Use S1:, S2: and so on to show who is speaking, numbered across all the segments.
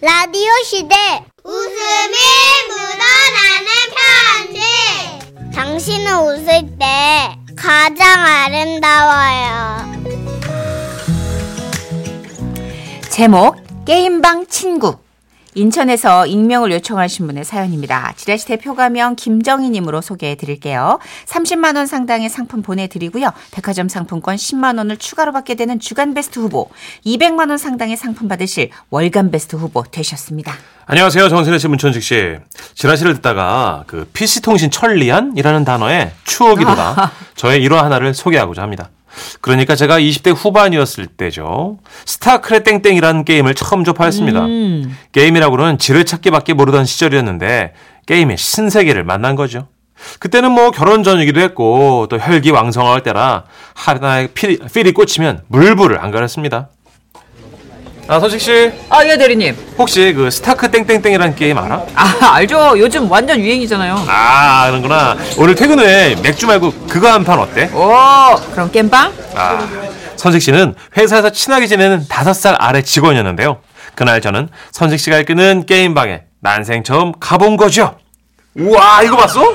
S1: 라디오 시대 웃음이 묻어나는 편지 당신은 웃을 때 가장 아름다워요
S2: 제목 게임방 친구 인천에서 익명을 요청하신 분의 사연입니다. 지라시 대표 가명 김정희님으로 소개해 드릴게요. 30만 원 상당의 상품 보내드리고요. 백화점 상품권 10만 원을 추가로 받게 되는 주간 베스트 후보, 200만 원 상당의 상품 받으실 월간 베스트 후보 되셨습니다.
S3: 안녕하세요. 정선혜 씨, 문천식 씨. 지라시를 듣다가 그 PC통신 천리안이라는 단어에 추억이 돋아 저의 일화 하나를 소개하고자 합니다. 그러니까 제가 20대 후반이었을 때죠. 스타크래 땡땡이라는 게임을 처음 접하였습니다. 게임이라고는 지뢰 찾기밖에 모르던 시절이었는데 게임의 신세계를 만난 거죠. 그때는 뭐 결혼 전이기도 했고 또 혈기 왕성할 때라 하나의 필이, 필이 꽂히면 물불을 안 가렸습니다. 아, 선식 씨.
S4: 아, 예, 대리님.
S3: 혹시 그 스타크 땡땡땡이라는 게임 알아?
S4: 아, 알죠. 요즘 완전 유행이잖아요.
S3: 아, 아는구나. 오늘 퇴근 후에 맥주 말고 그거 한 판 어때?
S4: 오, 그럼 겜방?
S3: 아, 선식 씨는 회사에서 친하게 지내는 다섯 살 아래 직원이었는데요. 그날 저는 선식 씨가 이끄는 게임방에 난생 처음 가본 거죠. 우와, 이거 봤어?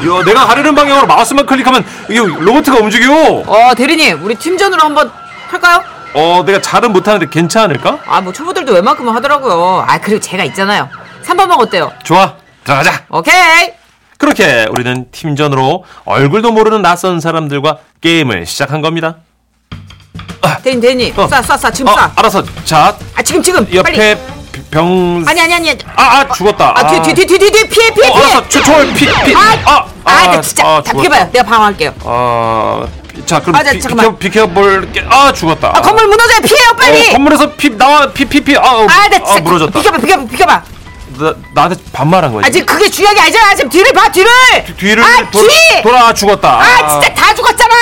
S3: 이거 내가 가려는 방향으로 마우스만 클릭하면 이게 로봇가 움직여.
S4: 어, 대리님, 우리 팀전으로 한번 할까요?
S3: 어, 내가 잘은 못하는데 괜찮을까?
S4: 아, 뭐, 초보들도 웬만큼은 하더라고요. 아, 그리고 제가 있잖아요. 3번방 어때요?
S3: 좋아, 들어가자.
S4: 오케이!
S3: 그렇게 우리는 팀전으로 얼굴도 모르는 낯선 사람들과 게임을 시작한 겁니다.
S4: 대리님, 대리님.
S3: 어.
S4: 싸, 싸, 싸, 지금
S3: 어,
S4: 싸.
S3: 알아서 자
S4: 아, 지금, 지금. 빨리.
S3: 옆에 병.
S4: 아니, 아니, 아니.
S3: 아, 아 죽었다.
S4: 아, 뒤에, 뒤에, 뒤에, 뒤에, 뒤에, 피해, 피해,
S3: 어,
S4: 피해.
S3: 알았어. 초, 초월 피, 피.
S4: 아, 아, 나 진짜.
S3: 아,
S4: 다
S3: 죽었다.
S4: 피해봐요. 내가 방어할게요.
S3: 아, 자 그럼
S4: 아, 자,
S3: 비,
S4: 잠깐만.
S3: 비켜 비켜볼게. 아, 죽었다.
S4: 아, 건물 무너져요. 피해요,
S3: 어,
S4: 빨리.
S3: 건물에서 피 나와 피 피 피. 아, 어,
S4: 아, 나 진짜.
S3: 아, 무너졌다.
S4: 비켜봐, 비켜봐, 비켜봐.
S3: 나, 나한테 반말한 거지.
S4: 아, 지금 그게 중요한 게 아니잖아. 지금 뒤를 봐, 뒤를.
S3: 뒤를
S4: 아,
S3: 돌-
S4: 뒤!
S3: 돌아 죽었다.
S4: 아, 진짜 다 죽었잖아.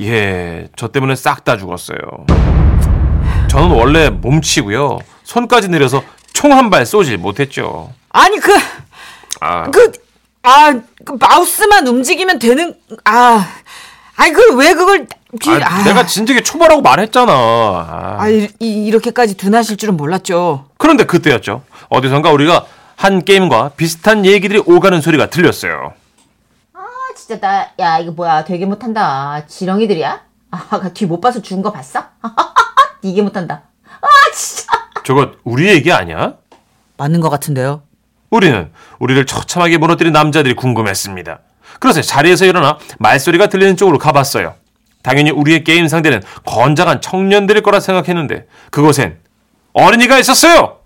S3: 예, 저 때문에 싹 다 죽었어요. 저는 원래 몸치고요. 손까지 내려서 총 한 발 쏘질 못했죠.
S4: 아니 그
S3: 아,
S4: 그, 아, 그 마우스만 움직이면 되는, 아, 아니, 그걸 왜 그걸, 뒤,
S3: 아, 내가 진작에 초보라고 말했잖아. 아.
S4: 아, 이, 이- 이렇게까지 둔하실 줄은 몰랐죠.
S3: 그런데 그때였죠. 어디선가 우리가 한 게임과 비슷한 얘기들이 오가는 소리가 들렸어요.
S5: 아, 진짜 나, 야, 이거 뭐야. 되게 못한다. 지렁이들이야? 아, 뒤 못 봐서 죽은 거 봤어? 이게 못한다. 아, 진짜.
S3: 저거 우리 얘기 아니야?
S4: 맞는 것 같은데요.
S3: 우리는 우리를 처참하게 무너뜨린 남자들이 궁금했습니다. 그래서 자리에서 일어나 말소리가 들리는 쪽으로 가봤어요. 당연히 우리의 게임 상대는 건장한 청년들일 거라 생각했는데 그곳엔 어린이가 있었어요.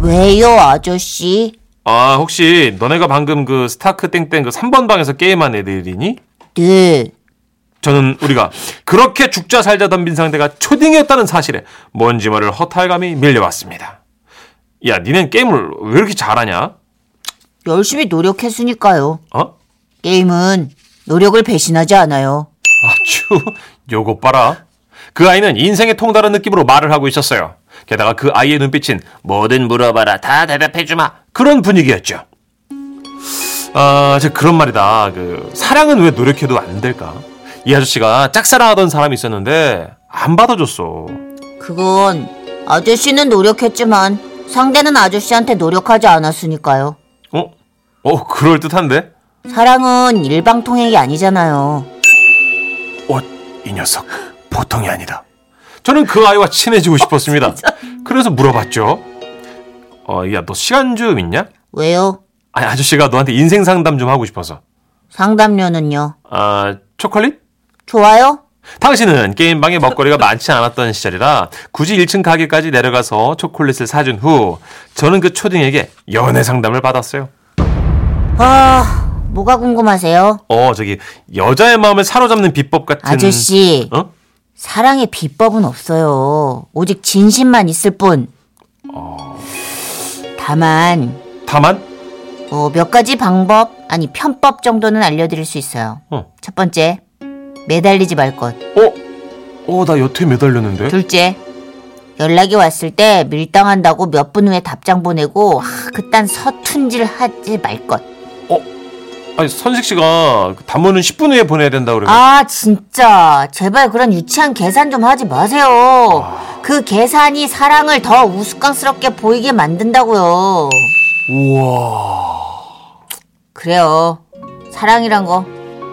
S5: 왜요, 아저씨?
S3: 아 혹시 너네가 방금 그 스타크 땡땡 그 3번 방에서 게임한 애들이니?
S5: 네.
S3: 저는 우리가 그렇게 죽자 살자 덤빈 상대가 초딩이었다는 사실에 뭔지 모를 허탈감이 밀려왔습니다. 야, 니넨 게임을 왜 이렇게 잘하냐?
S5: 열심히 노력했으니까요.
S3: 어?
S5: 게임은 노력을 배신하지 않아요.
S3: 아추, 요거 봐라. 그 아이는 인생에 통달한 느낌으로 말을 하고 있었어요. 게다가 그 아이의 눈빛은 뭐든 물어봐라, 다 대답해주마. 그런 분위기였죠. 아, 저 그런 말이다. 그, 사랑은 왜 노력해도 안 될까? 이 아저씨가 짝사랑하던 사람이 있었는데, 안 받아줬어.
S5: 그건 아저씨는 노력했지만 상대는 아저씨한테 노력하지 않았으니까요.
S3: 어? 어, 그럴듯한데?
S5: 사랑은 일방통행이 아니잖아요.
S3: 어, 이 녀석 보통이 아니다. 저는 그 아이와
S5: 어,
S3: 친해지고 싶었습니다. 그래서 물어봤죠. 어, 야, 너 시간 좀 있냐?
S5: 왜요?
S3: 아니, 아저씨가 너한테 인생 상담 좀 하고 싶어서.
S5: 상담료는요?
S3: 아, 초콜릿?
S5: 좋아요?
S3: 당신은 게임방에 먹거리가 많지 않았던 시절이라 굳이 1층 가게까지 내려가서 초콜릿을 사준 후 저는 그 초딩에게 연애 상담을 받았어요.
S5: 아, 뭐가 궁금하세요?
S3: 어, 저기 여자의 마음을 사로잡는 비법 같은
S5: 아저씨,
S3: 어?
S5: 사랑의 비법은 없어요. 오직 진심만 있을 뿐. 다만,
S3: 다만
S5: 어, 몇 가지 방법, 아니, 편법 정도는 알려드릴 수 있어요.
S3: 어.
S5: 첫 번째, 매달리지 말 것.
S3: 어? 어, 나 여태 매달렸는데.
S5: 둘째, 연락이 왔을 때 밀당한다고 몇 분 후에 답장 보내고, 아, 그딴 서툰질 하지 말 것.
S3: 아니 선식 씨가 그 단문은 10분 후에 보내야 된다 그러면
S5: 아 진짜 제발 그런 유치한 계산 좀 하지 마세요. 그 계산이 사랑을 더 우스꽝스럽게 보이게 만든다고요.
S3: 우와.
S5: 그래요. 사랑이란 거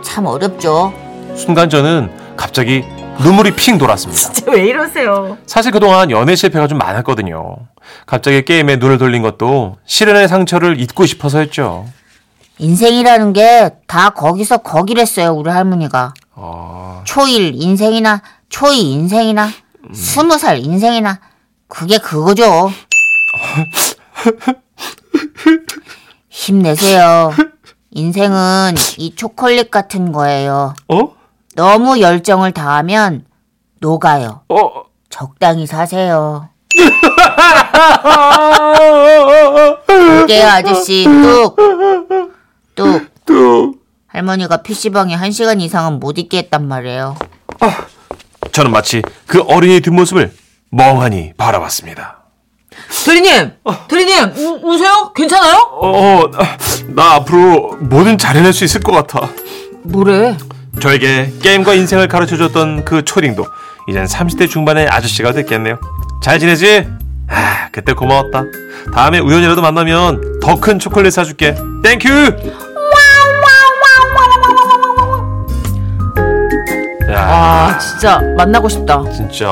S5: 참 어렵죠.
S3: 순간 저는 갑자기 눈물이 핑 돌았습니다.
S4: 진짜 왜 이러세요?
S3: 사실 그동안 연애 실패가 좀 많았거든요. 갑자기 게임에 눈을 돌린 것도 실연의 상처를 잊고 싶어서였죠.
S5: 인생이라는 게 다 거기서 거기랬어요 우리 할머니가.
S3: 아,
S5: 초일 인생이나 초이 인생이나 스무 살 인생이나 그게 그거죠. 힘내세요. 인생은 이 초콜릿 같은 거예요.
S3: 어?
S5: 너무 열정을 다하면 녹아요.
S3: 어?
S5: 적당히 사세요.
S3: 아,
S5: 그게요 아저씨 뚝. 뚝. 할머니가 PC방에 한시간 이상은 못 있게 했단 말이에요.
S3: 저는 마치 그 어린이 뒷모습을 멍하니 바라봤습니다.
S4: 대리님, 대리님, 우, 우세요? 괜찮아요?
S3: 어, 나, 나 앞으로 뭐든 잘해낼 수 있을 것 같아.
S4: 뭐래?
S3: 저에게 게임과 인생을 가르쳐줬던 그 초딩도 이젠 30대 중반의 아저씨가 됐겠네요. 잘 지내지? 아, 그때 고마웠다. 다음에 우연이라도 만나면 더 큰 초콜릿 사줄게. 땡큐! 야,
S4: 아, 진짜 만나고 싶다.
S3: 진짜.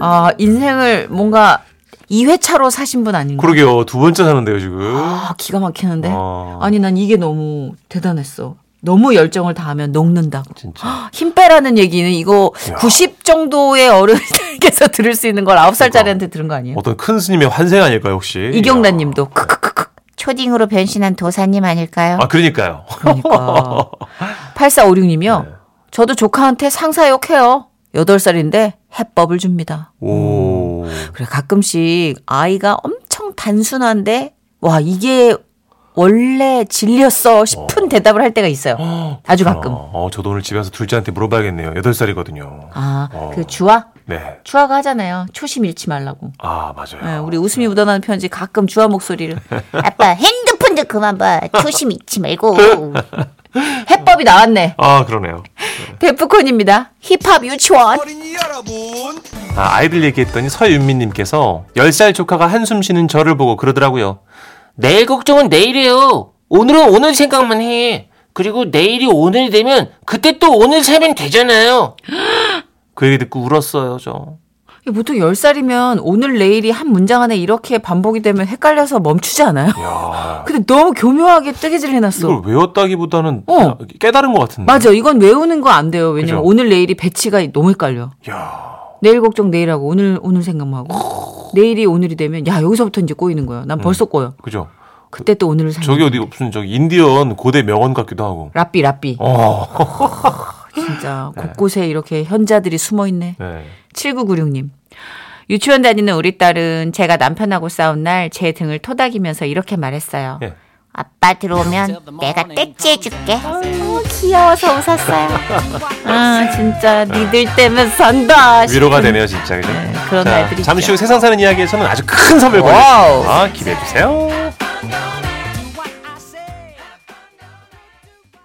S4: 아, 인생을 뭔가 2회차로 사신 분 아닌가?
S3: 그러게요. 두 번째 사는데요, 지금.
S4: 아, 기가 막히는데?
S3: 어.
S4: 아니, 난 이게 너무 대단했어. 너무 열정을 다하면 녹는다고. 아,
S3: 진짜.
S4: 힘 빼라는 얘기는 이거 90 정도의 어른들께서 들을 수 있는 걸 9살짜리한테 들은 거 아니에요?
S3: 그러니까. 어떤 큰 스님의 환생 아닐까요, 아. 혹시?
S4: 이경란 님도 크크크크.
S5: 초딩으로 변신한 도사님 아닐까요?
S3: 아, 그러니까요. 네.
S4: 그러니까. 8456님이요. 저도 조카한테 상사욕해요. 8살인데 해법을 줍니다.
S3: 오.
S4: 그래 가끔씩 아이가 엄청 단순한데 와 이게 원래 진리였어 싶은 대답을 할 때가 있어요. 아주 가끔.
S3: 어, 저도 오늘 집에서 둘째한테 물어봐야겠네요. 8살이거든요.
S4: 아
S3: 어.
S4: 그 주아
S3: 네.
S4: 주아가 하잖아요. 초심 잃지 말라고.
S3: 아, 맞아요.
S4: 예, 우리 웃음이 묻어나는 편지 가끔 주아 목소리를
S5: 아빠 핸드폰 좀 그만 봐. 초심 잊지 말고.
S4: 해법이 나왔네.
S3: 아, 그러네요.
S4: 베프콘입니다. 힙합 유치원.
S3: 아, 아이들 얘기했더니 서윤미님께서 10살 조카가 한숨 쉬는 저를 보고 그러더라고요.
S6: 내일 걱정은 내일이에요. 오늘은 오늘 생각만 해. 그리고 내일이 오늘이 되면 그때 또 오늘 살면 되잖아요.
S3: 그 얘기 듣고 울었어요, 저.
S4: 이게 보통 10살이면 오늘 내일이 한 문장 안에 이렇게 반복이 되면 헷갈려서 멈추지 않아요?
S3: 야
S4: 근데 너무 교묘하게 뜨개질 해놨어.
S3: 이걸 외웠다기보다는
S4: 네. 어.
S3: 깨달은 것 같은데.
S4: 맞아. 이건 외우는 거 안 돼요. 왜냐면
S3: 음. 그죠?
S4: 오늘 내일이 배치가 너무 헷갈려.
S3: 야
S4: 내일 걱정 내일하고 오늘 오늘 생각만 하고 내일이 오늘이 되면 야 여기서부터 이제 꼬이는 거예요. 난 벌써 꼬여.
S3: 그죠?
S4: 그때 또 오늘을 살려.
S3: 음. 저기 어디 무슨 저기 인디언 고대 명언 같기도 하고.
S4: 라삐 라삐.
S3: 어.
S4: 진짜 곳곳에 이렇게 현자들이 숨어 있네.
S3: 네.
S4: 7996님. 유치원 다니는 우리 딸은 제가 남편하고 싸운 날 제 등을 토닥이면서 이렇게 말했어요.
S3: 예.
S5: 아빠 들어오면 내가 떼찌해줄게.
S4: 귀여워서 웃었어요. 아 진짜
S3: 네.
S4: 니들 때문에 산다.
S3: 위로가 되네요, 진짜. 그죠?
S4: 그런
S3: 자,
S4: 날들이
S3: 잠시 후
S4: 있죠.
S3: 세상 사는 이야기에서는 아, 아주 큰 선물 보내드립니다. 기대해 주세요.